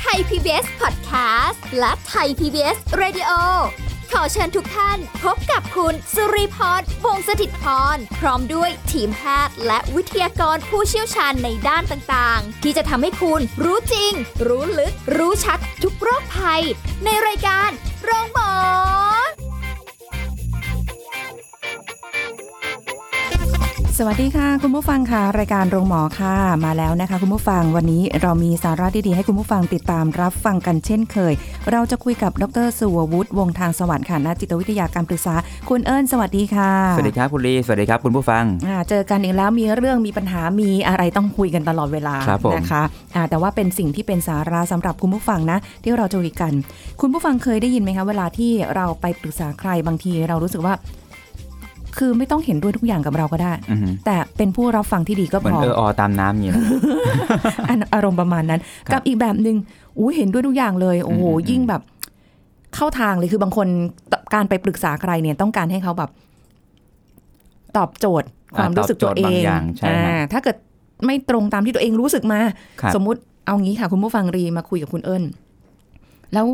ไทย PBS Podcast และไทย PBS Radio ขอเชิญทุกท่านพบกับคุณสุริพรวงศสถิตพร พร้อมด้วยทีมแพทย์และวิทยากรผู้เชี่ยวชาญในด้านต่างๆ ที่จะทำให้คุณรู้จริง รู้ลึก รู้ชัดทุกโรคภัย ในรายการโรงพยาบาล สวัสดีค่ะ คุณผู้ฟังค่ะ รายการโรงหมอค่ะ มาแล้วนะคะ คุณผู้ฟังวันนี้เรามีสาระดีๆ ให้คุณผู้ฟังติดตามรับฟังกันเช่นเคย เราจะคุยกับดรสุววุฒิวงศ์ทางสวัสดิ์ค่ะนักจิตวิทยาการปรึกษา คุณเอิญสวัสดีค่ะ สวัสดีครับคุณลี สวัสดีครับคุณผู้ฟัง อ่าเจอกันอีกแล้วมีเรื่องมีปัญหามีอะไรต้องคุยกันตลอดเวลา ครับผม นะคะอ่าแต่ว่าเป็นสิ่งที่เป็นสาระสำหรับคุณผู้ฟังนะ ที่เราจะคุยกัน คุณผู้ฟังเคยได้ยินไหมคะเวลาที่เราไปปรึกษาใครบางที เรารู้สึกว่า คือไม่ต้องเห็นด้วยทุกอย่างกับเราก็ได้ อื้อหือ แต่เป็นผู้รับฟังที่ดีก็พเหมือน อ เออออตาม น้ำนี่นะ อันอารมณ์ประมาณนั้น ครับ กับอีกแบบหนึ่งอู้เห็นด้วยทุกอย่างเลย โอ้โห อืมอืม ยิ่งแบบเข้าทางเลยคือบางคนตการไปปรึกษาใครเนี่ยต้องการให้เขาแบบ ตอบโจทย์ ความรู้สึกตัวเอ ตบโจทย์บาง งอย่างใช่ อ่า ฮะ ถ้าเกิดไม่ตรงตามที่ตัวเองรู้สึกมา ครับ สมมุติเอางี้ค่ะ คุณผู้ฟังรีมาคุยกับคุณเอิญแล้ว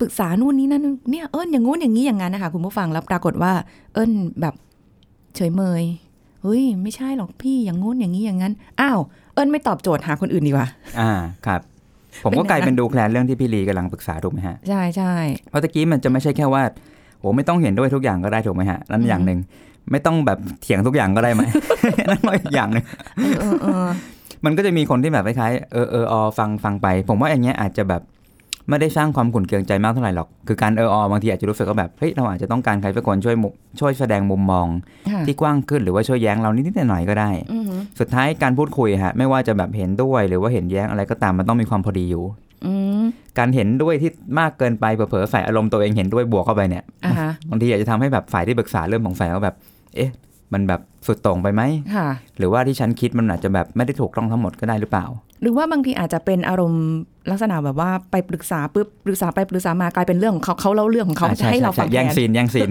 ปรึกษานู่นนี้นั่นเนี่ยเอิญอย่างงู้นอย่างนี้อย่างนั้นนะคะคุณผู้ฟังแล้วปรากฏว่า เอิญแบบเฉยเมยเฮ้ยไม่ใช่หรอกพี่อย่างงู้นอย่างนี้อย่างนั้นอ้าวเอิญไม่ตอบโจทย์หาคนอื่นดีกว่า อ่าครับ ผม เป็น ก็ ไง กลาย ล่ะ เป็นดูแคลนเรื่องที่พี่ลีกำลังปรึกษาถูกไหมฮะ ใช่ใช่ เพราะตะกี้มันจะไม่ใช่แค่ว่าโอ้ไม่ต้องเห็นด้วยทุกอย่างก็ได้ถูกไหมฮะนั่น อืม อย่างหนึ่งไม่ต้องแบบเถียงทุกอย่างก็ได้ไหม นั่นก็อีกอย่างหนึ่ง เออเออเออ มันก็จะมีคนที่แบบคล้ายๆเออเออออฟังฟังไป ผมว่าอย่างเงี้ยอาจจะแบบไม่ได้สร้างความขุ่นเคืองใจมากเท่าไหร่หรอกคือการเออออบางทีอาจจะรู้สึกว่าแบบเฮ้ยเราอาจจะต้องการใครสักคนช่วยมุช่วยแสดงมุมมอง ค่ะ ที่กว้างขึ้นหรือว่าช่วยแย้งเรานิดๆหน่อยๆก็ได้ อือหือ สุดท้ายการพูดคุยฮะไม่ว่าจะแบบเห็นด้วยหรือว่าเห็นแย้งอะไรก็ตามมันต้องมีความพอดีอยู่ อืม การเห็นด้วยที่มากเกินไปเผลอๆฝ่ายอารมณ์ตัวเองเห็นด้วยบวกเข้าไปเนี่ย อ่าฮะ บางทีอาจจะทำให้แบบฝ่ายที่ปรึกษาเริ่มสงสัยว่าแบบ เอ๊ะ มันแบบสุดโต่งไปไหม ค่ะ หรือว่าที่ฉันคิดมันอาจจะแบบไม่ได้ถูกต้องทั้งหมดก็ได้หรือเปล่า หรือว่าบางทีอาจจะเป็นอารมณ์ลักษณะแบบว่าไปปรึกษาปุ๊บปรึกษาไปปรึกษามากลายเป็นเรื่องของเขาเขาเล่าเรื่องของเขา อ่ะช่ ให้เรา ช่ ฟัง ใช่ แท แย่ง น ซีนแย่งซีน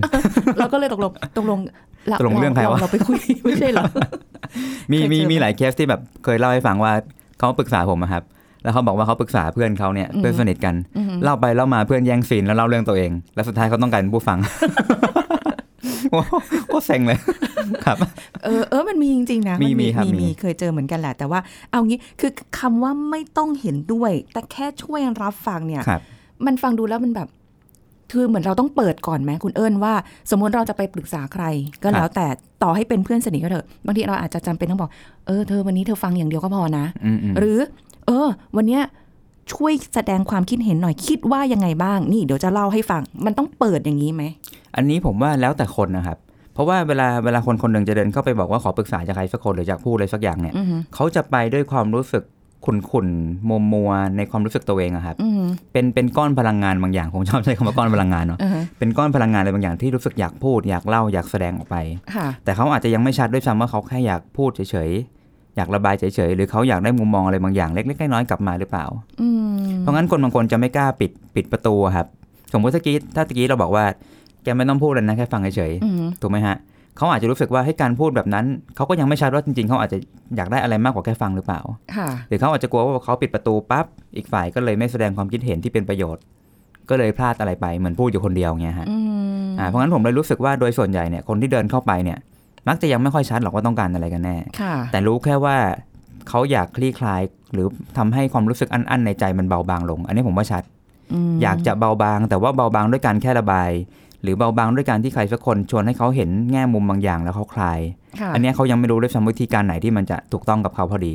เราก็เลยตกลงตกลงา ตกลงเรื่องใครวะ เราไปคุย ไม่ใช่เหร อ มี เคย มี เจอ มี ไหม หลายเคสที่แบบเคยเล่าให้ฟังว่าเขาปรึกษาผมอะครับ แล้วเขาบอกว่าเขาปรึกษาเพื่อนเขาเนี่ย อืม เพื่อนสนิทกัน อือหือ เล่าไปเล่ามาเพื่อนแย่งซีนแล้วเล่าเรื่องตัวเอง แล้วสุดท้ายเขาต้องการผู้ ฟัง โอ้โหโอ้เซ็งเลย ครับ เออเออมันมีจริงๆนะ มีมีครับ มี มี มีเคยเจอเหมือนกันแหละ แต่ว่าเอางี้คือคำว่าไม่ต้องเห็นด้วย แต่แค่ช่วยรับฟังเนี่ย ครับ มันฟังดูแล้วมันแบบคือเหมือนเราต้องเปิดก่อนไหมคุณเอิญว่า สมมติเราจะไปปรึกษาใคร ก็ ครับ แล้วแต่ต่อให้เป็นเพื่อนสนิทก็เถอะบางทีเราอาจจะจำเป็นต้องบอกเออเธอวันนี้เธอฟังอย่างเดียวก็พอนะ อืมอืม หรือ เออ วันเนี้ยช่วยแสดงความคิดเห็นหน่อยคิดว่ายังไงบ้าง นี่เดี๋ยวจะเล่าให้ฟัง มันต้องเปิดอย่างนี้ไหม อันนี้ผมว่าแล้วแต่คนนะครับ เพราะว่าเวลาเวลาคนคนหนึ่งจะเดินเข้าไปบอกว่าขอปรึกษาจากใครสักคนหรือจากผู้อะไรสักอย่างเนี่ย อือหือ เขาจะไปด้วยความรู้สึกขุ่นขุ่นมัวมัวๆในความรู้สึกตัวเองอะครับ อือหือ เป็นเป็นก้อนพลังงานบางอย่างผมชอบใช้คำว่าก้อนพลังงานเนาะ อ่าฮะ เป็นก้อนพลังงานอะไรบางอย่างที่รู้สึกอยากพูดอยากเล่าอยากแสดงออกไป ค่ะ แต่เขาอาจจะยังไม่ชัดด้วยซ้ำว่าเขาแค่อยากพูดเฉยๆ อยากระบายเฉยๆ หรือเขาอยากได้มุมมองอะไรบางอย่างเล็กๆ น้อยๆ กลับมาหรือเปล่า อืม เพราะงั้นคนบางคนจะไม่กล้าปิดปิดประตูอะครับ สมมติตะกี้ถ้าตะกี้เราบอกว่า แกไม่ต้องพูดเลยนะแค่ฟังเฉย อือหือ ๆ ถูกไหมฮะ เขาอาจจะรู้สึกว่าให้การพูดแบบนั้น เขาก็ยังไม่ชัดว่าจริงๆ เขาอาจจะอยากได้อะไรมากกว่าแค่ฟังหรือเปล่า ค่ะ หรือเขาอาจจะกลัวว่าเขาปิดประตูปั๊บ อีกฝ่ายก็เลยไม่แสดงความคิดเห็นที่เป็นประโยชน์ ก็เลยพลาดอะไรไปเหมือนพูดอยู่คนเดียวเงี้ยฮะ อืม อ่าเพราะงั้นผมเลยรู้สึกว่าโดยส่วนใหญ่เนี่ยคนที่เดินเข้าไปเนี่ย มักจะยังไม่ค่อยชัดหรอกว่าต้องการอะไรกันแน่ ค่ะ แต่รู้แค่ว่าเขาอยากคลี่คลาย หรือทำให้ความรู้สึกอันๆในใจมันเบาบางลง อันนี้ผมว่าชัด ม อยากจะเบาบาง แต่ว่าเบาบางด้วยการแค่ระบาย หรือเบาบางด้วยการที่ใครสักคนชวนให้เขาเห็นแง่มุมบางอย่างแล้วเขาคลาย ค่ะ อันเนี้ยเขายังไม่รู้ด้วยซ้ำวิธีการไหนที่มันจะถูกต้องกับเขาพอดี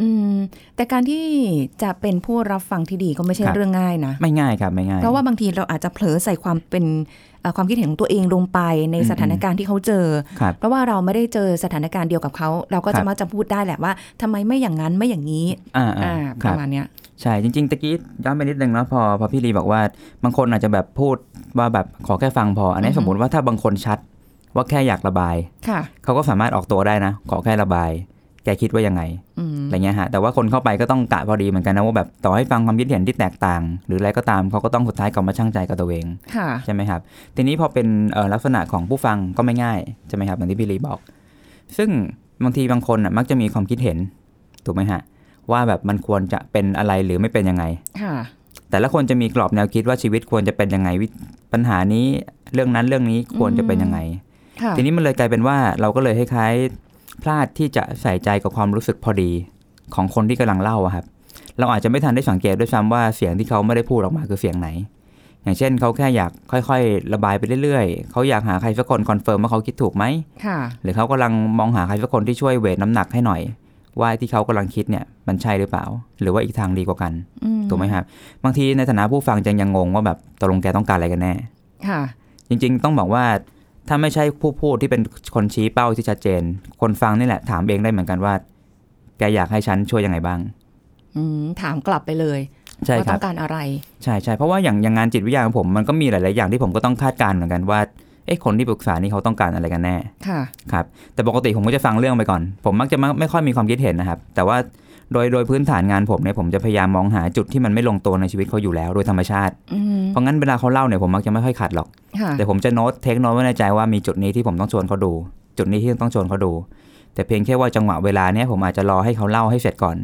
อืมแต่การที่จะเป็นผู้รับฟังที่ดีก็ไม่ใช่ ครับ เรื่องง่ายนะ ไม่ง่ายครับไม่ง่าย เพราะว่าบางทีเราอาจจะเผลอใส่ความเป็นเอ่อความคิดเห็นของตัวเองลงไปใน อืม สถานการณ์ที่เขาเจอ ครับ เพราะว่าเราไม่ได้เจอสถานการณ์เดียวกับเขา เราก็ ครั จะ บ มักจะพูดได้แหละว่าทำไมไม่อย่างนั้นไม่อย่างนี้ อ่า อ่า อ่า ป ค ระ รับ มาณเนี้ย ใช่จริงๆตะกี้ย้อนไปนิดนึงเนาะพอพอพี่ลีบอกว่าบางคนอาจจะแบบพูดว่าแบบขอแค่ฟังพอ อันนี้ อือฮึ สมมติว่าถ้าบางคนชัดว่าแค่อยากระบาย ค่ะ เขาก็สามารถออกตัวได้นะ ขอแค่ระบาย แก กคิดว่ายังไง อืม อะไรเงี้ยฮะแต่ว่าคนเข้าไปก็ต้องกะพอดีเหมือนกันนะว่าแบบต่อให้ฟังความคิดเห็นที่แตกต่าง หรืออะไรก็ตามเขาก็ต้องสุดท้ายกลับมาชั่งใจกับตัวเอง ค่ะ ใช่ไหมครับ ทีนี้พอเป็นเอ่อลักษณะของผู้ฟังก็ไม่ง่ายใช่ไหมครับเหมือนที่พี่ลีบอก ซึ่งบางทีบางคนน่ะมักจะมีความคิดเห็นถูกไหมฮะว่าแบบมันควรจะเป็นอะไรหรือไม่เป็นยังไง ค่ะ แต่ละคนจะมีกรอบแนวคิดว่าชีวิตควรจะเป็นยังไงวิปัญหานี้เรื่องนั้นเรื่องนี้ควรจะเป็นยังไง ค่ะ ทีนี้มันเลยกลายเป็นว่าเราก็เลยคล้ายๆพลาดที่จะใส่ใจกับความรู้สึกพอดีของคนที่กำลังเล่าอะครับ เราอาจจะไม่ทันได้สังเกตด้วยซ้ำว่าเสียงที่เขาไม่ได้พูดออกมาคือเสียงไหน อย่างเช่นเขาแค่อยากค่อยๆ ระบายไปเรื่อยๆ เขาอยากหาใครสักคนคอนเฟิร์มว่าเขาคิดถูกไหม ค่ะ หรือเขากำลังมองหาใครสักคนที่ช่วยเวทน้ำหนักให้หน่อย ว่าที่เขากำลังคิดเนี่ยมันใช่หรือเปล่า หรือว่าอีกทางดีกว่ากัน อื ถูกไหมครับบางทีในฐานะผู้ฟังจังยังงงว่าแบบตกลงแกต้องการอะไรกันแน่ ค่ะ จริงๆ ต้องบอกว่าถ้าไม่ใช่ผู้พูดที่เป็นคนชี้เป้าที่ชัดเจน คนฟังนี่แหละถามเองได้เหมือนกันว่า แกอยากให้ฉันช่วยยังไงบ้าง อืมถามกลับไปเลย ใช่ ว่าต้ครั อบ งการอะไร ใช่ใช่เพราะว่าอย่างอย่างงานจิตวิทยาของผมมันก็มีหลาย ๆ อย่างที่ผมก็ต้องคาดการณ์เหมือนกันว่าเอ๊ะคนที่ปรึกษานี่เขาต้องการอะไรกันแน่ ค่ะ ครับแต่ปกติผมก็จะฟังเรื่องไปก่อน ผมมักจะไม่ไม่ค่อยมีความคิดเห็นนะครับ แต่ว่าโดยโดยพื้นฐานงานผมเนี่ยผมจะพยายามมองหาจุดที่มันไม่ลงตัวในชีวิตเขาอยู่แล้ว โดยธรรมชาติ อืม เพราะงั้นเวลาเขาเล่าเนี่ยผมมักจะไม่ค่อยขัดหรอก ค่ะ แต่ผมจะโน้ตเทคโนไว้ในใจว่ามีจุดนี้ที่ผมต้องชวนเขาดู จุดนี้ที่ต้องชวนเขาดู แต่เพียงแค่ว่าจังหวะเวลาเนี้ยผมอาจจะรอให้เขาเล่าให้เสร็จก่อน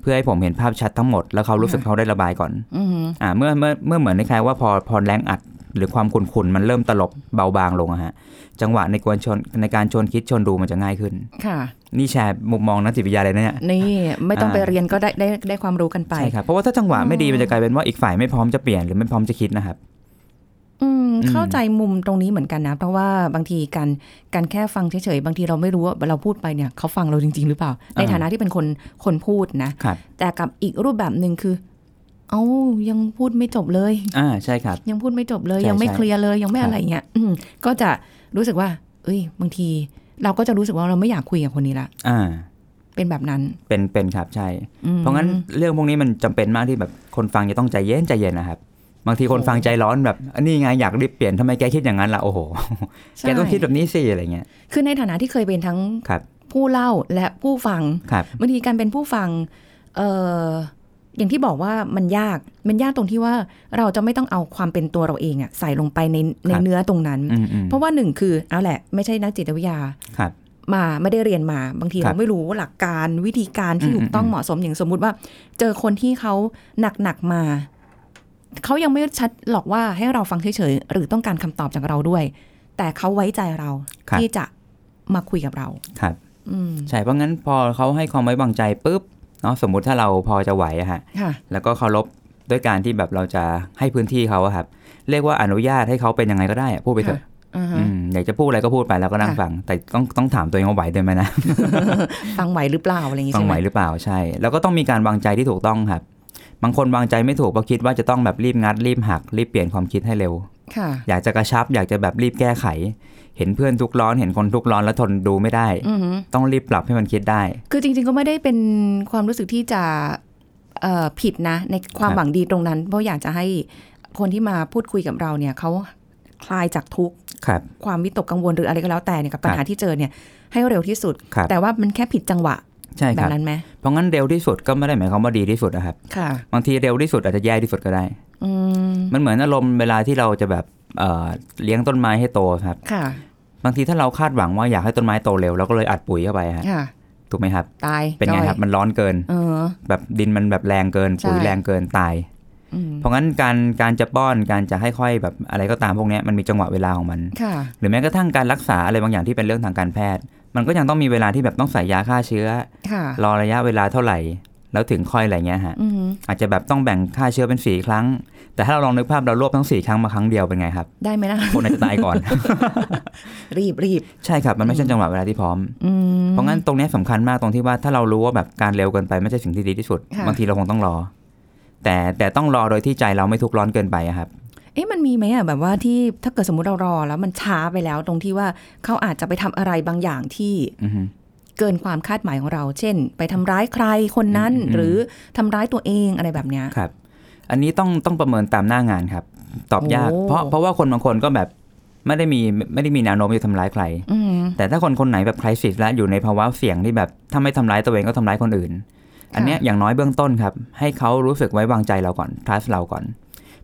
เพื่อให้ผมเห็นภาพชัดทั้งหมดแล้วเขารู้สึก ค่ะ เขาได้ระบายก่อน อืม อ่าเมื่อเมื่อเมื่อเหมือนคล้ายๆว่าพอพอแรงอัด หรือความขุ่นๆมันเริ่มตลบเบาบางลงอะฮะจังหวะในการชวนในการชวนคิดชวนดูมันจะง่ายขึ้น ค่ะ นี่แชร์มุมมองนักจิตวิทยาเลยนะเนี่ย นี่ไม่ต้อง อ่า ไปเรียนก็ได้ได้ได้ความรู้กันไป ใช่ครับเพราะว่าถ้าจังหวะไม่ดี อืม มันจะกลายเป็นว่าอีกฝ่ายไม่พร้อมจะเปลี่ยนหรือไม่พร้อมจะคิดนะครับ อืม อืม เข้าใจมุมตรงนี้เหมือนกันนะ เพราะว่าบางทีการการแค่ฟังเฉยๆบางทีเราไม่รู้ว่าเราพูดไปเนี่ยเขาฟังเราจริง ๆ หรือเปล่า ในฐานะที่เป็นคนคนพูดนะ ครับ แต่กับอีกรูปแบบหนึ่งคือ เอ้ายังพูดไม่จบเลย อ่าใช่ครับ ยังพูดไม่จบเลย ใช่ ยังไม่ ใช่ เคลียร์เลยยังไม่ ครับ อะไรเงี้ยอืมก็จะรู้สึกว่า เอ้ย บางที เราก็จะรู้สึกว่าเราไม่อยากคุยกับคนนี้ละ อ่า เป็นแบบนั้น เป็นเป็นครับใช่ อืม เพราะงั้นเรื่องพวกนี้มันจำเป็นมากที่แบบคนฟังจะต้องใจเย็นใจเย็นนะครับ บางทีคน โอ้ ฟังใจร้อนแบบอันนี้ไงอยากรีบเปลี่ยนทำไมแกคิดอย่างนั้นล่ะโอ้โห ใช่ แกต้องคิดแบบนี้สิอะไรเงี้ย คือในฐานะที่เคยเป็นทั้ง ครับ ผู้เล่าและผู้ฟัง ครับ บางทีการเป็นผู้ฟัง เอ่อ อย่างที่บอกว่ามันยาก มันยากตรงที่ว่าเราจะไม่ต้องเอาความเป็นตัวเราเองอะใส่ลงไปในใน ครับ เนื้อตรงนั้น อืมอืม เพราะว่าหนึ่งคือเอาแหละ ไม่ใช่นักจิตวิทยา ครับ มาไม่ได้เรียนมาบางที ครั เรา บ ไม่รู้หลักการวิธีการที่ อืม ถูกต้อง อืม เหมาะสมอย่างสมมุติว่า เจอคนที่เขาหนักหนักๆมา เขายังไม่ชัดหรอกว่าให้เราฟังเฉยๆหรือต้องการคำตอบจากเราด้วย แต่เขาไว้ใจเรา ครับ ที่จะมาคุยกับเรา ครับ อืม ใช่เพราะงั้นพอเขาให้ความไว้วางใจปุ๊บเนาะสมมติถ้าเราพอจะไหวอะฮะ ค่ะ แล้วก็เคารพด้วยการที่แบบเราจะให้พื้นที่เขาอะครับ เรียกว่าอนุญาตให้เขาเป็นยังไงก็ได้อะพูดไปเถอะ อ่าฮะ อืมอยากจะพูดอะไรก็พูดไปแล้วก็นั่ง ค่ะ ฟัง แต่ต้องต้องถามตัวเองว่าไหวด้วยไหมนะ ฟังไหวหรือเปล่าอะไรอย่างงี้ ฟั ใช่ งไห ไห ว ม หรือเปล่าใช่ แล้วก็ต้องมีการวางใจที่ถูกต้องครับ บางคนวางใจไม่ถูกเพราะคิดว่าจะต้องแบบรีบงัดรีบหักรีบเปลี่ยนความคิดให้เร็ว ค่ะ อยากจะกระชับ อยากจะแบบรีบแก้ไข เห็นเพื่อนทุกข์ร้อนเห็นคนทุกข์ร้อนแล้วทนดูไม่ได้ อือฮึ ต้องรีบปรับให้มันคิดได้ คือจริง ๆ ก็ไม่ได้เป็นความรู้สึกที่จะเอ่อผิดนะ ในความ ครับ หวังดีตรงนั้น เพราะอยากจะให้คนที่มาพูดคุยกับเราเนี่ยเขาคลายจากทุกข์ ครับ ความวิตกกังวลหรืออะไรก็แล้วแต่เนี่ยกับปัญหาที่เจอเนี่ยให้เร็วที่สุด ครับ แต่ว่ามันแค่ผิดจังหวะ ใช่ค แบ รั บบ นั้นไหม เพราะงั้นเร็วที่สุดก็ไม่ได้หมายความว่าดีที่สุดนะครับ ค่ะ บางทีเร็วที่สุดอาจจะแย่ที่สุดก็ได้ อืม มันเหมือนอารมณ์เวลาที่เราจะแบบเอ่อเลี้ยงต้นไม้ให้โตครับ ค่ะ บางทีถ้าเราคาดหวังว่าอยากให้ต้นไม้โตเร็วเราก็เลยอัดปุ๋ยเข้าไปฮะ ค่ะ ถูกไหมครับ ตาย เป็นไง จ้อย ครับ มันร้อนเกิน เออ แบบดินมันแบบแรงเกิน ใช่ ปุ๋ยแรงเกินตาย อืม เพราะงั้นการการจะป้อนการจะให้ค่อยแบบอะไรก็ตามพวกเนี้ยมันมีจังหวะเวลาของมัน ค่ะ หรือแม้กระทั่งการรักษาอะไรบางอย่างที่เป็นเรื่องทางการแพทย์ มันก็ยังต้องมีเวลาที่แบบต้องใส่ยาฆ่าเชื้อ ค่ะ รอระยะเวลาเท่าไหร่ แล้วถึงค่อยอะไรเงี้ยฮะ อืม อาจจะแบบต้องแบ่งฆ่าเชื้อเป็นสี่ครั้ง แต่ถ้าเราลองนึกภาพเรารวบทั้งสี่ครั้งมาครั้งเดียวเป็นไงครับ ได้ไหมนะ คนอาจจะตายก่อน รีบรีบ ใช่ครับมันไม่ใช่จังหวะเวลาที่พร้อม อืม เพราะงั้นตรงเนี้ยสำคัญมากตรงที่ว่าถ้าเรารู้ว่าแบบการเร็วเกินไปไม่ใช่สิ่งที่ดีที่สุด ค่ะ บางทีเราคงต้องรอ แต่แต่ต้องรอโดยที่ใจเราไม่ทุกข์ร้อนเกินไปอะครับ เอ๊ะมันมีไหมอ่ะแบบว่าที่ถ้าเกิดสมมติเรารอแล้วมันช้าไปแล้วตรงที่ว่าเขาอาจจะไปทำอะไรบางอย่างที่ อือฮึ เกินความคาดหมายของเรา เช่น ไปทำร้ายใครคนนั้น อืมอืม หรือทำร้ายตัวเองอะไรแบบเนี้ย ครับ อันนี้ต้องต้องประเมินตามหน้างานครับ ตอบยาก โอ้ เพราะเพราะว่าคนบางคนก็แบบไม่ได้มีไม่ได้มีแนวโน้มจะทำร้ายใคร อืม แต่ถ้าคนคนไหนแบบคร i สิสและอยู่ในภาวะเสี่ยงที่แบบถ้าไม่ทำร้ายตัวเองก็ทำร้ายคนอื่น อันเนี้ยอย่างน้อยเบื้องต้นครับ ให้เขารู้สึกไว้วางใจเราก่อน trust เราก่อน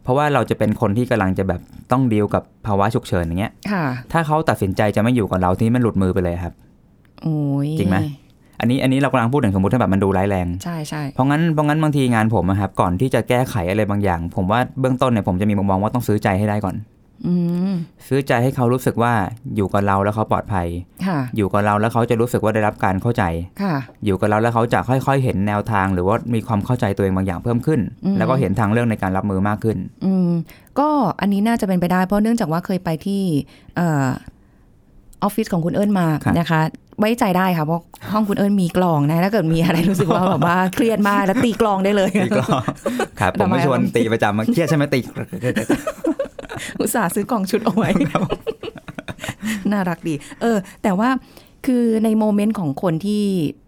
เพราะว่าเราจะเป็นคนที่กำลังจะแบบต้องดีลกับภาวะฉุกเฉินอย่างเงี้ย ค่ะ ถ้าเขาตัดสินใจจะไม่อยู่กับเราที่มันหลุดมือไปเลยครับ โอ้ย จริงไหม อันนี้อันนี้เรากำลังพูดถึงสมมติถ้าแบบมันดูร้ายแรง ใช่ใช่ เพราะงั้นเพราะงั้นบางทีงานผมอะครับก่อนที่จะแก้ไขอะไรบางอย่าง ผมว่าเบื้องต้นเนี่ยผมจะมีมุมมองว่าต้องซื้อใจให้ได้ก่อน อืม ซื้อใจให้เขารู้สึกว่าอยู่กับเราแล้วเขาปลอดภัย ค่ะ อยู่กับเราแล้วเขาจะรู้สึกว่าได้รับการเข้าใจ ค่ะ อยู่กับเราแล้วเขาจะค่อย ๆ เห็นแนวทาง หรือว่ามีความเข้าใจตัวเองบางอย่างเพิ่มขึ้น อืม แล้วก็เห็นทางเรื่องในการรับมือมาก ขึ้น อืมก็อันนี้น่าจะเป็นไปได้เพราะเนื่องจากว่าเคยไปที่เออออฟฟิศของคุณเอิญมา ครับ นะคะ ไว้ใจได้ค่ะเพราะห้องคุณเอิญมีกลองนะถ้าเกิดมีอะไรรู้สึกว่าแบบว่าเครียดมากแล้วตีกลองได้เลย ตีกลอง ครับผมไม่ชวนตีประจำมาเครียดใช่ไหมตี อุตส่าห์ซื้อกล่องชุดเอาไว้ น่ารักดี เออ แต่ว่าคือในโมเมนต์ของคนที่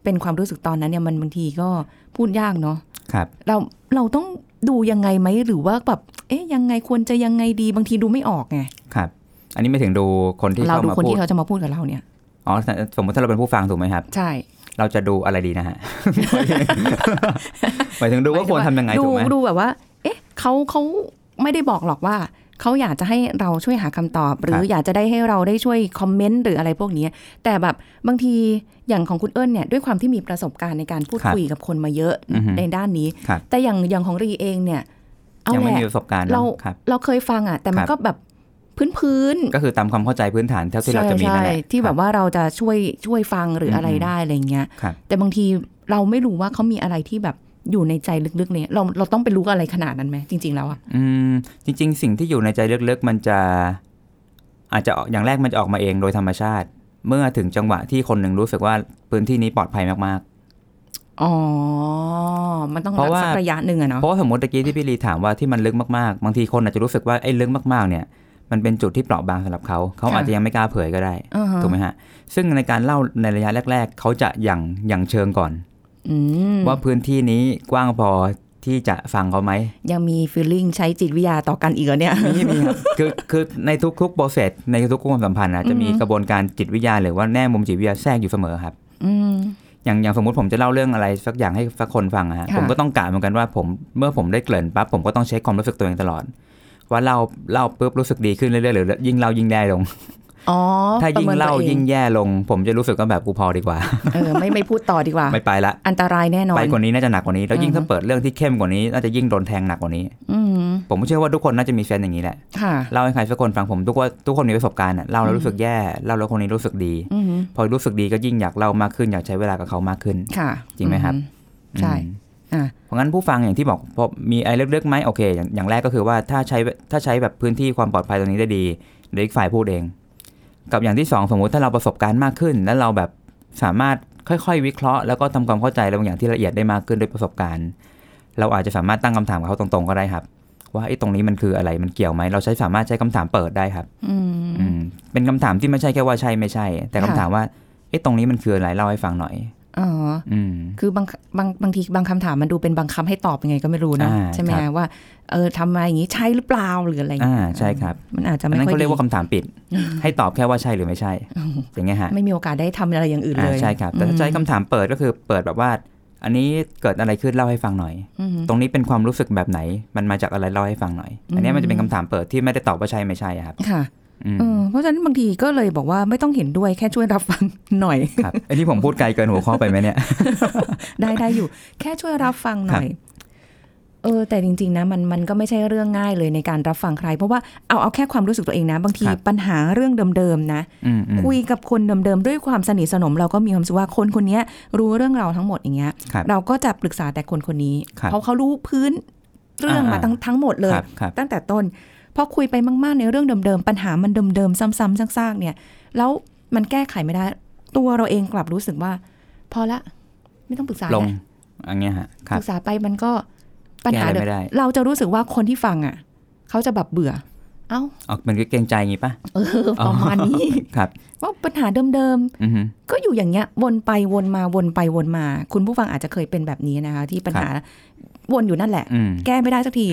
เป็นความรู้สึกตอนนั้นเนี่ยมันบางทีก็พูดยากเนาะ ครับ เราเราต้องดูยังไงไหมหรือว่าแบบเอ๊ะยังไงควรจะยังไงดีบางทีดูไม่ออกไง ครับ อันนี้ไม่ถึงดูคนที่ เรา เข้า ดู มา คน พูด ที่เขาจะมาพูดกับเราเนี่ย อ๋อสมมติถ้าเราเป็นผู้ฟังถูกไหมครับ ใช่ เราจะดูอะไรดี นะฮะ หมายถึงดูว่าควรทำยังไง ดู ถูกไหม ดูแบบว่า เอ๊ะเขาเขาไม่ได้บอกหรอกว่าเขาอยากจะให้เราช่วยหาคำตอบ หรืออยากจะได้ให้เราได้ช่วยคอมเมนต์หรืออะไรพวกเนี้ยแต่แบบบางทีอย่างของคุณเอิญเนี่ยด้วยความที่มีประสบการณ์ในการพูดคุยกับคนมาเยอะ อือฮึ ในด้านนี้ ครับ แต่อย่างอย่างของรีเองเนี่ยเอา ยัง แห ไม่ ละ มีประสบการณ์ เรา ครับ เราเคยฟังอ่ะแต่มัน ครับ ก็แบบพื้นพื้นๆ ก็คือตามความเข้าใจพื้นฐานเท่าที่เราจะมีนั่นแหละ ใช่ๆที่แบบว่าเราจะช่วยช่วยฟังหรืออะไร อือฮึ ได้อะไรอย่างเงี้ย ครับ แต่บางทีเราไม่รู้ว่าเขามีอะไรที่แบบอยู่ในใจลึกๆเนี่ยเราเราต้องไปรู้อะไรขนาดนั้นไหมจริง ๆ แล้วอะ อืมจริง ๆ สิ่งที่อยู่ในใจลึกๆ มันจะอาจจะออกอย่างแรกมันจะออกมาเองโดยธรรมชาติ เมื่อถึงจังหวะที่คนหนึ่งรู้สึกว่าพื้นที่นี้ปลอดภัยมาก อ๋อ มันต้อง เพ รัก ราะว่า สักระยะหนึ่งอะ ๆ เนาะ เพราะว่าสมมติตะกี้ที่พี่ลีถามว่าที่มันลึกมากๆ บางทีคนอาจจะรู้สึกว่าไอ้ลึกมากๆเนี่ย มันเป็นจุดที่เปราะบางสำหรับเขา เขาอาจจะยังไม่กล้าเผยก็ได้ อ่าฮะ ถูกไหมฮะซึ่งในการเล่าในระยะแรก ๆ เขาจะอย่างอย่างเชิงก่อน อืม ว่าพื้นที่นี้กว้างพอที่จะฟังเขาไหม ยังมี feeling ใช้จิตวิทยาต่อกันอีกเหรอเนี่ย มีมี ครับ คือคือในทุกๆโปรเซสในทุกๆความสัมพันธ์นะจะมี อือฮึ กระบวนการจิตวิทยาหรือว่าแง่มุมจิตวิทยาแทรกอยู่เสมอครับ อืม อย่างอย่างสมมติผมจะเล่าเรื่องอะไรสักอย่างให้สักคนฟังอะฮะ ค่ะ ผมก็ต้องกะเหมือนกันว่าผมเมื่อผมได้เกริ่นปั๊บผมก็ต้องเช็คความรู้สึกตัวเองตลอด ว่าเล่าเล่าปุ๊บรู้สึกดีขึ้นเรื่อยๆหรือยิ่งเล่ายิ่งแย่ลง อ๋อ ถ้ายิ่งเล่า ประมินตัวอง ยิ่งแย่ลง ผมจะรู้สึกว่าแบบกูพอดีกว่า เออไม่ไม่พูดต่อดีกว่า ไม่ไปละ อันตรายแน่นอน ไปกว่านี้น่าจะหนักกว่านี้แล้วยิ่ง อือฮึ ถ้าเปิดเรื่องที่เข้มกว่านี้น่าจะยิ่งโดนแทงหนักกว่านี้ อืม ผมเชื่อว่าทุกคนน่าจะมีเซนส์อย่างนี้แหละ ค่ะ เล่าให้ใครสักคนฟังผมทุกว่าทุกคนมีประสบการณ์อะเล่าแล้ อื ว ม รู้สึกแย่เล่าแล้วคนนี้รู้สึกดี อืม พอรู้สึกดีก็ยิ่งอยากเล่ามากขึ้นอยากใช้เวลากับเขามากขึ้น ค่ะ จริงไหมครับ อืมใช่ อืม อ่ะ เพราะงั้นผู้ฟังอย่างที่บอกพอมีอะไรเล็กๆไหมโอเคอย่างอย่างแรกก็คือว่าถ้าใช้ถ้าใช้แบบพื้นที่ความปลอดภัยตรงนี้ได้ดีเดี๋ยวอีกฝ่ายพูดเอง กับอย่างที่สองสมมุติถ้าเราประสบการณ์มากขึ้น แล้วเราแบบสามารถค่อยๆ วิเคราะห์แล้วก็ทำความเข้าใจอะไรบางอย่างที่ละเอียดได้มากขึ้นด้วยประสบการณ์ เราอาจจะสามารถตั้งคำถามกับเขาตรงๆก็ได้ครับ ว่าไอ้ตรงนี้มันคืออะไรมันเกี่ยวไหมเราใช้สามารถใช้คำถามเปิดได้ครับ อืม อืมเป็นคำถามที่ไม่ใช่แค่ว่าใช่ไม่ใช่ แต่คำ ค่ะ ถามว่าเอ๊ะตรงนี้มันคืออะไรเล่าให้ฟังหน่อย อ๋อ อืม คือบางบางบางทีบางคำถามมันดูเป็นบังคับให้ตอบยังไงก็ไม่รู้นะ อ่า ใช่ไหม ครับ ว่าเออทำมาอย่างนี้ใช่หรือเปล่าหรืออะไรอย่าง อ่า เงี้ย ใช่ครับ มันอาจจะ อัน ไม่ นั้น ค่อย เขาเรียกว่า ดี คำถามปิด ให้ตอบแค่ว่าใช่หรือไม่ใช่ อย่างเงี้ยฮะ ไม่มีโอกาสได้ทำอะไรอย่างอื่น อ่า เลย ใช่ครับ แต่ถ้าใช้คำถามเปิดก็คือเปิดแบบว่า อันนี้เกิดอะไรขึ้นเล่าให้ฟังหน่อย อืม ตรงนี้เป็นความรู้สึกแบบไหน มันมาจากอะไรเล่าให้ฟังหน่อย อันเนี้ยมันจะเป็น อื คำ ม ถามเปิดที่ไม่ได้ตอบว่าใช่ไม่ใช่อะครับ ค่ะ อืม เออเพราะฉะนั้นบางทีก็เลยบอกว่าไม่ต้องเห็นด้วยแค่ช่วยรับฟัง หน่อย ครับไอ้นี่ผมพูดไกลเกินหัวข้อไปไหมเนี่ย ได้ได้อยู่ แค่ช่วยรับฟังหน่อย เออ แต่จริง ๆ นะ มันมันก็ไม่ใช่เรื่องง่ายเลยในการรับฟังใคร เพราะว่าเอาเอาแค่ความรู้สึกตัวเองนะ บางที ครับ ปัญหาเรื่องเดิมๆนะ อืมอืม คุยกับคนเดิมๆด้วยความสนิทสนมเราก็มีความรู้สึกว่าคนคนเนี้ยรู้เรื่องเราทั้งหมดอย่างเงี้ย ครับ เราก็จะปรึกษาแต่คนคนนี้ ครับ เพราะเขารู้พื้นเรื่องมา อ่า ทั้งทั้งหมดเลย ครับครับ ตั้งแต่ต้นพอคุยไปมากๆในเรื่องเดิมๆปัญหามันเดิมๆซ้ำๆซากๆเนี่ย แล้วมันแก้ไขไม่ได้ ตัวเราเองกลับรู้สึกว่า พอละไม่ต้องปรึกษา ลง นะ อันเงี้ยฮะค ป รับ รึกษาไปมันก็ปัญ แก้ หา อะไร เดิม ไม่ได้ เราจะรู้สึกว่าคนที่ฟังอ่ะเขาจะแบบเบื่อ เอ้า ออกมันก็เกรงใจงี้ปะ เออประมาณ นี้ ครับ ว่าปัญหาเดิมๆ อือฮึ ก็อยู่อย่างเงี้ยวนไปวนมาวนไปวนมา คุณผู้ฟังอาจจะเคยเป็นแบบนี้นะคะ ที่ปัญหาวนอยู่นั่นแหละ อืม แก้ไม่ได้สักที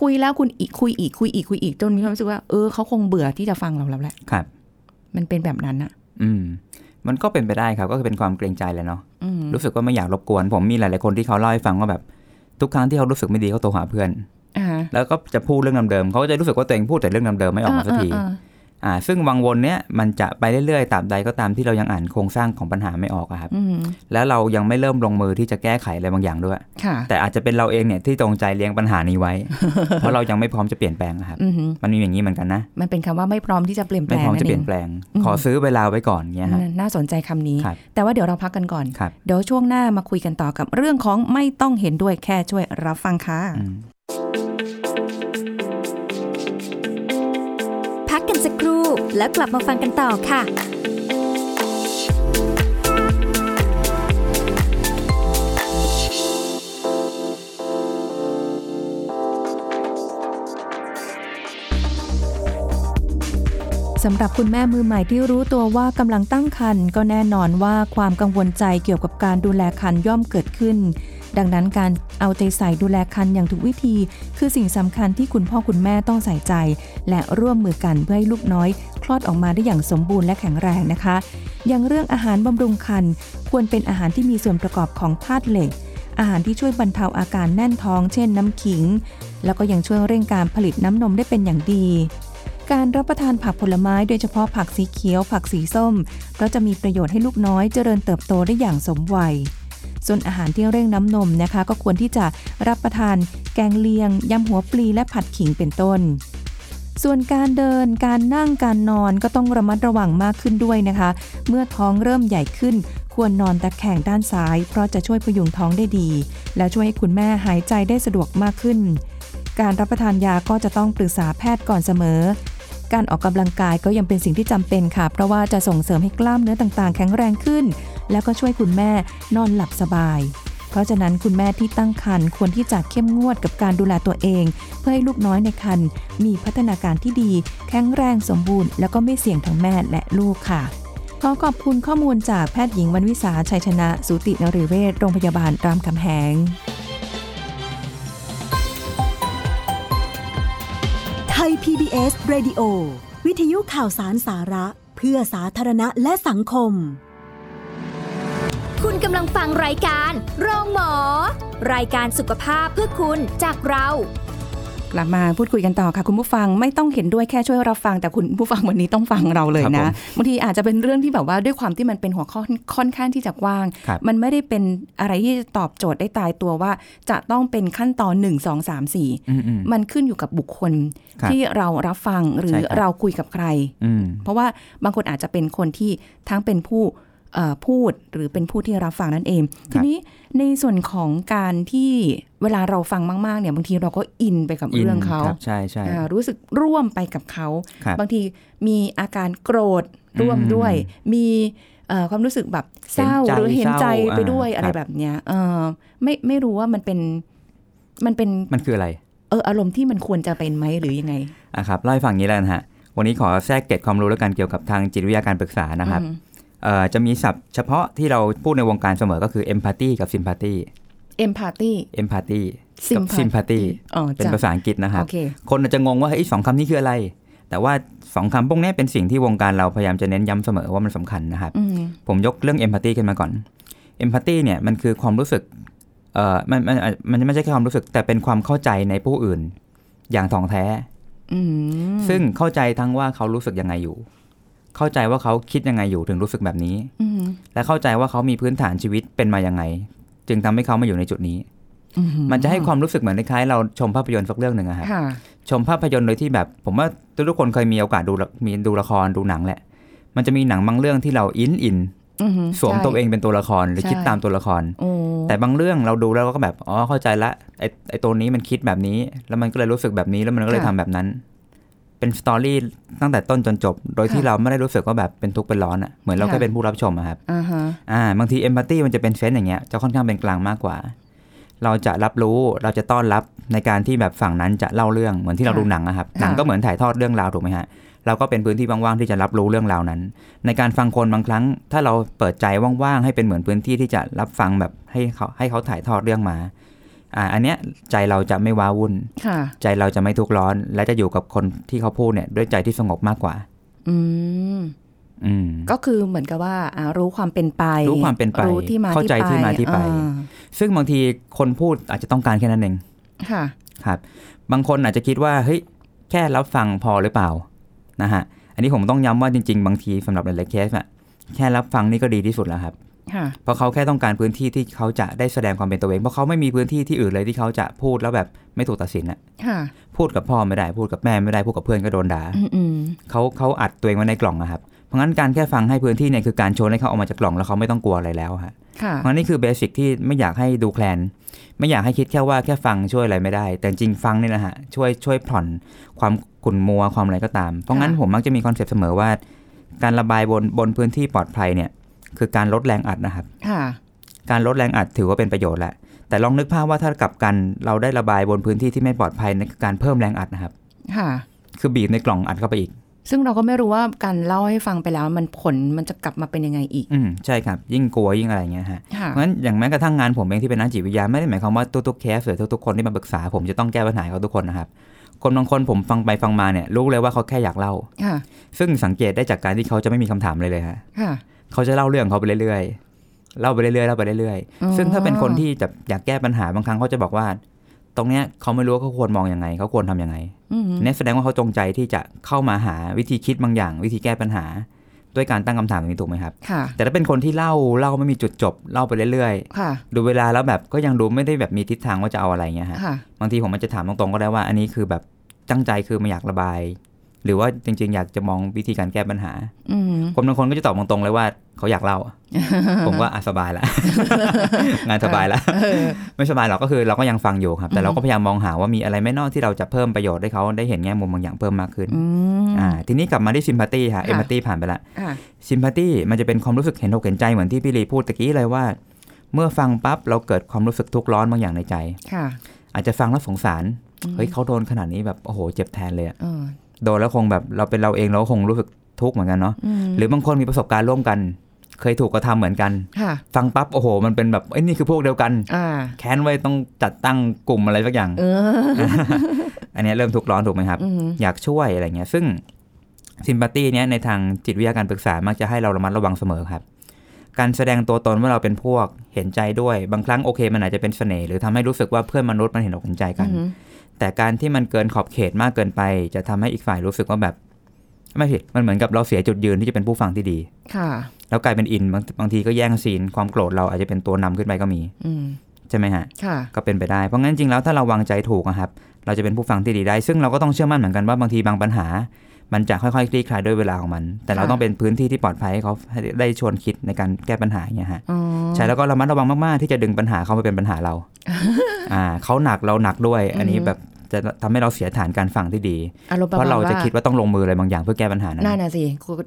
คุยแล้วคุณอีกคุยอีกคุยอีกคุยอีกจนมีความรู้สึกว่าเออเขาคงเบื่อที่จะฟังเราแล้วแหละ ครับ มันเป็นแบบนั้นอะ อืม มันก็เป็นไปได้ครับ ก็คือเป็นความเกรงใจแหละเนาะ อืม รู้สึกว่าไม่อยากรบกวน ผมมีหลาย ๆ คนที่เขาเล่าให้ฟังว่าแบบ ทุกครั้งที่เขารู้สึกไม่ดีเขาโทรหาเพื่อน อ่า แล้วก็จะพูดเรื่องเดิมๆเขาก็จะรู้สึกว่าตัวเองพูดแต่เรื่องเดิมๆไม่ออกมาสักที เออเออ อ่า ซึ่งวังวนเนี้ยมันจะไปเรื่อย ๆ ตามใดก็ตามที่เรายังอ่านโครงสร้างของปัญหาไม่ออกอะครับ อืม แล้วเรายังไม่เริ่มลงมือที่จะแก้ไขอะไรบางอย่างด้วย ค่ะ แต่อาจจะเป็นเราเองเนี่ยที่ตรงใจเลี้ยงปัญหานี้ ไว้ เพราะเรายังไม่พร้อมจะเปลี่ยนแปลงอะครับ อือหือ มันมีอย่างนี้เหมือนกันนะ มันเป็นคำว่าไม่พร้อมที่จะเปลี่ยนแปล ไม่ ง พร้อม นั่ จะ น เป เอ ลี่ย ง นแปลง อืม ขอซื้อเวลาไว้ก่อนเงี้ยฮะ น่าน่าสนใจคำนี้ ครับ แต่ว่าเดี๋ยวเราพักกันก่อน ครับ เดี๋ยวช่วงหน้ามาคุยกันต่อกับเรื่องของไม่ต้องเห็นด้วยแค่ช่วยรับฟังค่ะ อืม พักกันสักครู่แล้วกลับมาฟังกันต่อค่ะ สำหรับคุณแม่มือใหม่ที่รู้ตัวว่ากำลังตั้งครรภ์ก็แน่นอนว่าความกังวลใจเกี่ยวกับการดูแลครรภ์ย่อมเกิดขึ้น ดังนั้นการเอาใจใส่ดูแลครรภ์อย่างถูกวิธี คือสิ่งสำคัญที่คุณพ่อคุณแม่ต้องใส่ใจ และร่วมมือกันเพื่อให้ลูกน้อย คลอดออกมาได้อย่างสมบูรณ์และแข็งแรงนะคะ อย่างเรื่องอาหารบำรุงครรภ์ควรเป็นอาหารที่มีส่วนประกอบของธาตุเหล็ก อาหารที่ช่วยบรรเทาอาการแน่นท้อง เช่นน้ำขิง แล้วก็ยังช่วยเร่งการผลิตน้ำนมได้เป็นอย่างดี การรับประทานผักผลไม้โดยเฉพาะผักสีเขียว ผักสีส้ม เพราะจะมีประโยชน์ให้ลูกน้อยเจริญเติบโตได้อย่างสมวัย ส่วนอาหารที่เร่งน้ำนมนะคะ ก็ควรที่จะรับประทานแกงเลียงยำหัวปลีและผัดขิงเป็นต้น ส่วนการเดินการนั่งการนอนก็ต้องระมัดระวังมากขึ้นด้วยนะคะ เมื่อท้องเริ่มใหญ่ขึ้น ควรนอนตะแคงด้านซ้าย เพราะจะช่วยพยุงท้องได้ดี และช่วยให้คุณแม่หายใจได้สะดวกมากขึ้น การรับประทานยาก็จะต้องปรึกษาแพทย์ก่อนเสมอ การออกกำลังกายก็ยังเป็นสิ่งที่จำเป็นค่ะ เพราะว่าจะส่งเสริมให้กล้ามเนื้อต่างๆ แข็งแรงขึ้น แล้วก็ช่วยคุณแม่นอนหลับสบาย เพราะฉะนั้นคุณแม่ที่ตั้งครรภ์ควรที่จะเข้มงวดกับการดูแลตัวเอง เพื่อให้ลูกน้อยในครรภ์มีพัฒนาการที่ดี แข็งแรงสมบูรณ์ แล้วก็ไม่เสี่ยงทั้งแม่และลูกค่ะ ขอขอบคุณข้อมูลจากแพทย์หญิงวันวิสาชัยชนะ สูตินรีเวชโรงพยาบาลรามคำแหง ไทย PBS Radio วิทยุข่าวสารสาระ เพื่อสาธารณะและสังคม คุณกำลังฟังรายการ โรงหมอ รายการสุขภาพเพื่อคุณจากเรา กลับมาพูดคุยกันต่อค่ะคุณผู้ฟังไม่ต้องเห็นด้วยแค่ช่วยรับฟังแต่คุณผู้ฟังวันนี้ต้องฟังเราเลย ครับ นะ ผม บางทีอาจจะเป็นเรื่องที่แบบว่าด้วยความที่มันเป็นหัวข้อค่อนข้างที่จะกว้าง ครับ มันไม่ได้เป็นอะไรที่จะตอบโจทย์ได้ตายตัวว่า จะต้องเป็นขั้นตอนหนึ่งสองสามสี่ อืมอืม มันขึ้นอยู่กับบุคคล ครับ ที่เรารับฟังหรือ ใช่ครับ เราคุยกับใคร อืม เพราะว่าบางคนอาจจะเป็นคนที่ทั้งเป็นผู้เอ่อพูดหรือเป็นผู้ที่รับฟังนั่นเอง ทีนี้ในส่วนของการที่เวลาเราฟังมาก ๆ เนี่ยบางทีเราก็อินไปกับเรื่องเขา นครับใช่ใช่ อ่ารู้สึกร่วมไปกับเขา ครับ งทีมีอาการโกรธร่วม อืม ด้วย มีเอ่อความรู้สึกแบบเศร้า เห็นใจ หรือเห็นใจไปด้วย เศร้าอ่า อะไร ครับ แบบเนี้ยเอ่อไม่ไม่รู้ว่ามันเป็นมันเป็น มันคืออะไร เอออารมณ์ที่มันควรจะเป็นไหมหรือยังไง อ่ะครับเล่าให้ฟังอย่างนี้แล้วกันฮะ วันนี้ขอแทรกเกร็ดความรู้แล้วกันเกี่ยวกับทางจิตวิทยาการปรึกษานะครับ เอ่อจะมีศัพท์เฉพาะที่เราพูดในวงการเสมอก็คือ empathy กับ sympathy เอมพาร์ตี้ empathy กับ Sympathy sympathy อ๋อ เป็น จ้ะ ภาษาอังกฤษนะครับ โอเค คนอาจจะงงว่าเฮ้ยสองคำนี้คืออะไร แต่ว่าสองคำพวกนี้เป็นสิ่งที่วงการเราพยายามจะเน้นย้ำเสมอว่ามันสำคัญนะครับ อืม ผมยกเรื่อง empathy ขึ้นมาก่อน empathy เนี่ยมันคือความรู้สึกเอ่อมันมันมันไม่ใช่แค่ความรู้สึกแต่เป็นความเข้าใจในผู้อื่น อย่างถ่องแท้ อืม ซึ่งเข้าใจทั้งว่าเขารู้สึกยังไงอยู่ เข้าใจว่าเขาคิดยังไงอยู่ถึงรู้สึกแบบนี้ อืม และเข้าใจว่าเขามีพื้นฐานชีวิตเป็นมายังไง จึงทำให้เขามาอยู่ในจุดนี้ อื มันจะให้ความรู้สึกเหมือนคล้ายๆเราชมภาพยนตร์สักเรื่องหนึ่งอะครับ ค่ะ ชมภาพยนตร์โดยที่แบบ ผมว่าทุกๆคนเคยมีโอกาสดูละมีดูละครดูหนังแหละ มันจะมีหนังบางเรื่องที่เราอินอิน อือหือ สวม ใช่ ตัวเองเป็นตัวละครหรือ ใช่ คิดตามตัวละคร โอ้ แต่บางเรื่องเราดูแล้วเราก็แบบอ๋อเข้าใจละไอไอตัวนี้มันคิดแบบนี้ แล้วมันก็เลยรู้สึกแบบนี้แล้วมันก็เลยทำแบบนั้น เป็นสตอรี่ตั้งแต่ต้นจนจบ โดยที่เราไม่ได้รู้สึกว่าแบบเป็นทุกข์เป็นร้อนอะเหมือนเราแค่เป็นผู้รับชมอะครับ อ่าฮะ อ่าบางทีเอมพัตตีมันจะเป็นเซนส์อย่างเงี้ยจะค่อนข้างเป็นกลางมากกว่า เราจะรับรู้เราจะต้อนรับในการที่แบบฝั่งนั้นจะเล่าเรื่องเหมือนที่เราดูหนังอะครับหนังก็เหมือนถ่ายทอดเรื่องราวถูกไหมฮะเราก็เป็นพื้นที่ว่างๆที่จะรับรู้เรื่องราวนั้น ในการฟังคนบางครั้ง ถ้าเราเปิดใจว่างๆให้เป็นเหมือนพื้นที่ที่จะรับฟังแบบให้เขาให้เขาถ่ายทอดเรื่องมาอ่าอันเนี้ยใจเราจะไม่ว้าวุ่น ค่ะ ใจเราจะไม่ทุกข์ร้อน และจะอยู่กับคนที่เขาพูดเนี่ยด้วยใจที่สงบมากกว่า อืม อืม ก็คือเหมือนกับว่าอ่ารู้ความเป็นไป รู้ความเป็นไป รู้ที่มา เข้าใจที่มาที่ไป อ่า ซึ่งบางทีคนพูดอาจจะต้องการแค่นั้นเอง ค่ะ ครับบางคนอาจจะคิดว่าเฮ้ยแค่รับฟังพอหรือเปล่านะฮะอันนี้ผมต้องย้ำว่าจริง ๆ บางทีสำหรับหลายๆเคสอะแค่รับฟังนี่ก็ดีที่สุดแล้วครับ ค่ะ เพราะเขาแค่ต้องการพื้นที่ที่เขาจะได้แสดงความเป็นตัวเองเพราะเขาไม่มีพื้นที่ที่อื่นเลยที่เขาจะพูดแล้วแบบไม่ถูกตัดสินอะ ค่ะ พูดกับพ่อไม่ได้พูดกับแม่ไม่ได้พูดกับเพื่อนก็โดนด่า อืมอืม เขาเขาอัดตัวเองไว้ในกล่องนะครับเพราะงั้นการแค่ฟังให้พื้นที่เนี่ยคือการโชว์ให้เขาออกมาจากกล่องแล้วเขาไม่ต้องกลัวอะไรแล้วฮะ ค่ะ เพราะนี่คือเบสิกที่ไม่อยากให้ดูแคลน ไม่อยากให้คิดแค่ว่าแค่ฟังช่วยอะไรไม่ได้ แต่จริงฟังเนี่ยนะฮะช่วยช่วยผ่อนความขุ่นมัวความอะไรก็ตาม เพราะงั้นผมมักจะมีคอนเซปต์เสมอว่า การระบายบนบนพื้นที่ปลอดภัยเนี่ยคือการลดแรงอัดนะครับ ค่ะ การลดแรงอัดถือว่าเป็นประโยชน์แหละ แต่ลองนึกภาพว่าถ้ากลับกันเราได้ระบายบนพื้นที่ที่ไม่ปลอดภัยนั่นคือการเพิ่มแรงอัดนะครับ ค่ะ คือบีบในกล่องอัดเข้าไปอีก ซึ่งเราก็ไม่รู้ว่าการเล่าให้ฟังไปแล้วมันผลมันจะกลับมาเป็นยังไงอีก อืมใช่ครับ ยิ่งกลัวยิ่งอะไรอย่างเงี้ยฮะ ค่ะ เพราะฉะนั้นอย่างแม้กระทั่งงานผมเองที่เป็นนักจิตวิทยาไม่ได้หมายความว่าทุกๆเคสหรือทุกๆคนที่มาปรึกษาผมจะต้องแก้ปัญหาให้เขาทุกคนนะครับ คนบางคนผมฟังไปฟังมาเนี่ยรู้เลยว่าเขาแค่อยากเล่า ค่ะ ซึ่งสังเกตได้จากการที่เขาจะไม่มีคำถามเลยเลยฮะ ค่ะ เขาจะเล่าเรื่องเขาไปเรื่อยๆเล่าไปเรื่อยๆเล่าไปเรื่อย อ๋อ ๆซึ่งถ้าเป็นคนที่จะอยากแก้ปัญหาบางครั้งเขาจะบอกว่า ตรงเนี้ยเขาไม่รู้ว่าเขาควรมองยังไงเขาควรทำยังไง อืม เนี่ยแสดงว่าเขาจงใจที่จะเข้ามาหาวิธีคิดบางอย่าง วิธีแก้ปัญหา ด้วยการตั้งคำถามแบบนี้ถูกไหมครับ ค่ะ แต่ถ้าเป็นคนที่เล่าเล่าไม่มีจุดจบเล่าไปเรื่อยๆ ค่ะ ดูเวลาแล้วแบบก็ยังดูไม่ได้แบบมีทิศทางว่าจะเอาอะไรเงี้ยฮะ ค่ะ บางทีผมอาจจะถามตรงๆก็ได้ว่าอันนี้คือแบบตั้งใจคือไม่อยากระบาย หรือว่าจริงๆ อยากจะมองวิธีการแก้ปัญหา อืม คนบางคนก็จะตอบตรงๆเลยว่าเขาอยากเล่า ผมว่าอ่ะส บายละ งานสบายละ เออ ไม่สบายหรอกก็คือเราก็ยังฟังอยู่ครับ แต่เราก็พยายามมองหาว่ามีอะไรไหม่นอกที่เราจะเพิ่มประโยชน์ให้เขาได้เห็นแง่มุมบางอย่างเพิ่มมากขึ้น อืม อ่าทีนี้กลับมาที่ซิมพัตตี้ค่ะเอมพัตตี้ผ่านไปละ ค่ะ ซิมพัตตีมันจะเป็นความรู้สึกเห็นอกเห็นใจเหมือนที่พี่ลีพูดตะกี้เลยว่า เมื่อฟังปั๊บเราเกิดความรู้สึกทุกข์ร้อนบางอย่างในใจ ค่ะ อาจจะฟังแล้วสงสารเฮ้ยเขาโดนขนาดนี้แบบโอ้โหเจ็บแทนเลยอะ เออ โดนแล้วคงแบบเราเป็นเราเองเราก็คงรู้สึกทุกข์เหมือนกันเนาะ อืม หรือบางคนมีประสบการณ์ร่วมกัน เคยถูกกระทำเหมือนกัน ค่ะ ฟังปั๊บโอ้โห มันเป็นแบบเอ้ยนี่คือพวกเดียวกัน อ่า แค้นไว้ต้องจัดตั้งกลุ่มอะไรสักอย่าง เออ อันเนี้ยเริ่มทุกข์ร้อนถูกไหมครับ อืม อยากช่วยอะไรเงี้ย ซึ่งซิมพัตตีเนี้ยในทางจิตวิทยาการปรึกษามักจะให้เราระมัดระวังเสมอครับ การแสดงตัวตนว่าเราเป็นพวกเห็นใจด้วย บางครั้งโอเค มันอาจจะเป็นเสน่ห์หรือทำให้รู้สึกว่าเพื่อนมนุษย์มันเห็นอกเห็นใจกัน อืม แต่การที่มันเกินขอบเขตมากเกินไป จะทำให้อีกฝ่ายรู้สึกว่าแบบ ไม่ผิดมันเหมือนกับเราเสียจุดยืนที่จะเป็นผู้ฟังที่ดี ค่ะ แล้วกลายเป็นอินบางบางทีก็แย่งซีนความโกรธเราอาจจะเป็นตัวนำขึ้นไปก็มี อืม ใช่ไหมฮะ ค่ะ ก็เป็นไปได้ เพราะงั้นจริงแล้วถ้าเราวางใจถูกอะครับ เราจะเป็นผู้ฟังที่ดีได้ ซึ่งเราก็ต้องเชื่อมั่นเหมือนกันว่าบางทีบางปัญหา มันจะค่อยๆคลี่คลายด้วยเวลาของมัน แต่เรา ค่ะ ต้องเป็นพื้นที่ที่ปลอดภัยให้เขาให้ได้ชวนคิดในการแก้ปัญหาอย่างเงี้ยฮะ อ๋อ ใช่แล้วก็ระมัดระวังมากๆที่จะดึงปัญหาเข้ามาเป็นปัญหา เรา อ่าเขาหนักเราหนักด้วย อันนี้ อืม แบบจะทำให้เราเสียฐานการฟังที่ดี อารมณ์ประ เพ มาณ ราะเรา ว่า จะคิดว่าต้องลงมืออะไรบางอย่างเพื่อแก้ปัญหานั้น นั่นน่ะสิ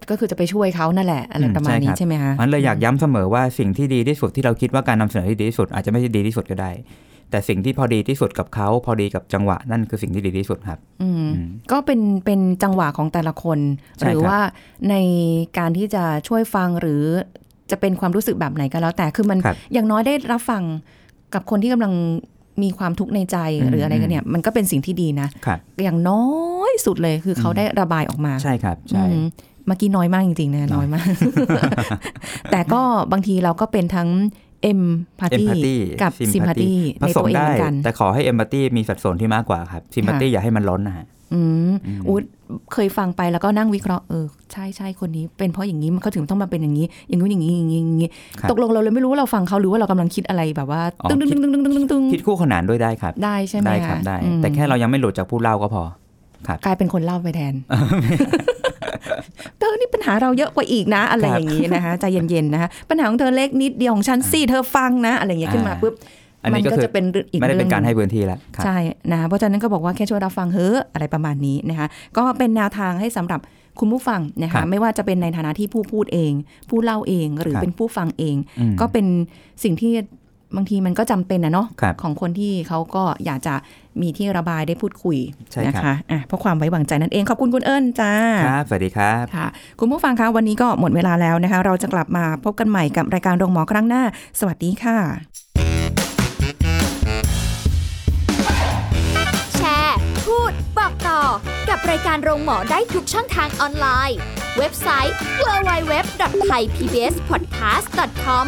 ก็คือจะไปช่วยเขานั่นแหละอะไร อืม ประมาณนี้ ใช่ครับ ใช่ไหมคะ มันเลยอยากย้ำเสมอว่าสิ่งที่ดีที่สุดที่เราคิดว่าการนำเสนอที่ดีที่สุดอาจจะไม่ใช่ดีที่สุดก็ได้ แต่สิ่งที่พอดีที่สุดกับเขาพอดีกับจังหวะนั่นคือสิ่งที่ดีที่สุดครับ อืม อืม ก็เป็นเป็นจังหวะของแต่ละคนหใช่รือ ครับ ว่าในการที่จะช่วยฟังหรือจะเป็นความรู้สึกแบบไหนก็แล้วแต่คือมัน ครับ อย่างน้อยได้รับฟังกับคนที่กำลังมีความทุกข์ในใจ อืม หรืออะไรกันเนี่ย มันก็เป็นสิ่งที่ดีนะครับ อย่างน้อยสุดเลยคือเขาได้ระบายออกมา ใช่ครับ ใช่ อืมเมื่อกี้น้อยมากจริงๆนะ น้อย น้อย มาก แต่ก็บางทีเราก็เป็นทั้งเอ็มพาร์ เอมพัต ตี้ ตี้ กับซิมพาร์ตี้ ผ ใน ส ตั ม วเอง ได้ เหมือนกัน แต่ขอให้เอมพัตตี้มีสัดส่วนที่มากกว่าครับซิมพัตตี้อย่าให้มันล้นนะฮะ อืม อืม อุ๊ยเคยฟังไปแล้วก็นั่งวิเคราะห์เออใช่ใช่คนนี้ เป็นเพราะอย่างนี้มันเขาถึงต้องมาเป็นอย่างนี้ อย่างนู้นอย่างนี้อย่างนี้อย่างนี้ ครับ ตกลงเราเลยไม่รู้ว่าเราฟังเขาหรือว่าเรากำลังคิดอะไรแบบว่า อ๋อ ตึ้งตึ้ง คิด ตึ้งตึ้งตึ้งตึ้งตึ้ง คิดคู่ขนานด้วยได้ครับ ได้ใช่ไหม ได้ครับ ะ ได้ อืม แต่แค่เรายังไม่หลุดจากผู้เล่าก็พอ กลายเป็นคนเล่าไปแทน เธอนี่ปัญหาเราเยอะกว่าอีกนะ อะไรอย่างนี้นะคะใจเย็นๆนะคะปัญหาของเธอเล็กนิดเดียวของฉันสิเธอฟังนะ อะไรอย่างเงี้ยขึ้นมา อ่า ปุ๊บ อัน มั นี้ก็ ก็ คือ จะเป็นอีก ไม่ได้เป็น อง การให้พื้นที่แล้วครับ ใช่นะเพราะฉะนั้นก็บอกว่าแค่ช่วยรับฟังเฮ้อะอะไรประมาณนี้นะคะ ก็เป็นแนวทางให้สำหรับคุณผู้ฟังนะ ครั คะ บ ไม่ว่าจะเป็นในฐานะที่ผู้พูดเอง ผู้เล่าเองหรือ ครับ เป็นผู้ฟังเอง อืม ก็เป็นสิ่งที่บางทีมันก็จำเป็นนะเนาะ ครับ ของคนที่เขาก็อยากจะมีที่ระบายได้พูดคุย ใช่ นะครับ คะอ่ะเพราะความไว้วางใจนั่นเองขอบคุณคุณเอิญจ้า ครับ สวัสดีครับ ค่ะ คุณผู้ฟังคะวันนี้ก็หมดเวลาแล้วนะคะ เราจะกลับมาพบกันใหม่กับรายการโรงหมอครั้งหน้า สวัสดีค่ะ แชร์ พูด บอก บอกต่อ กับรายการโรงหมอได้ทุกช่องทางออนไลน์ เว็บไซต์ www.thaipbspodcast.com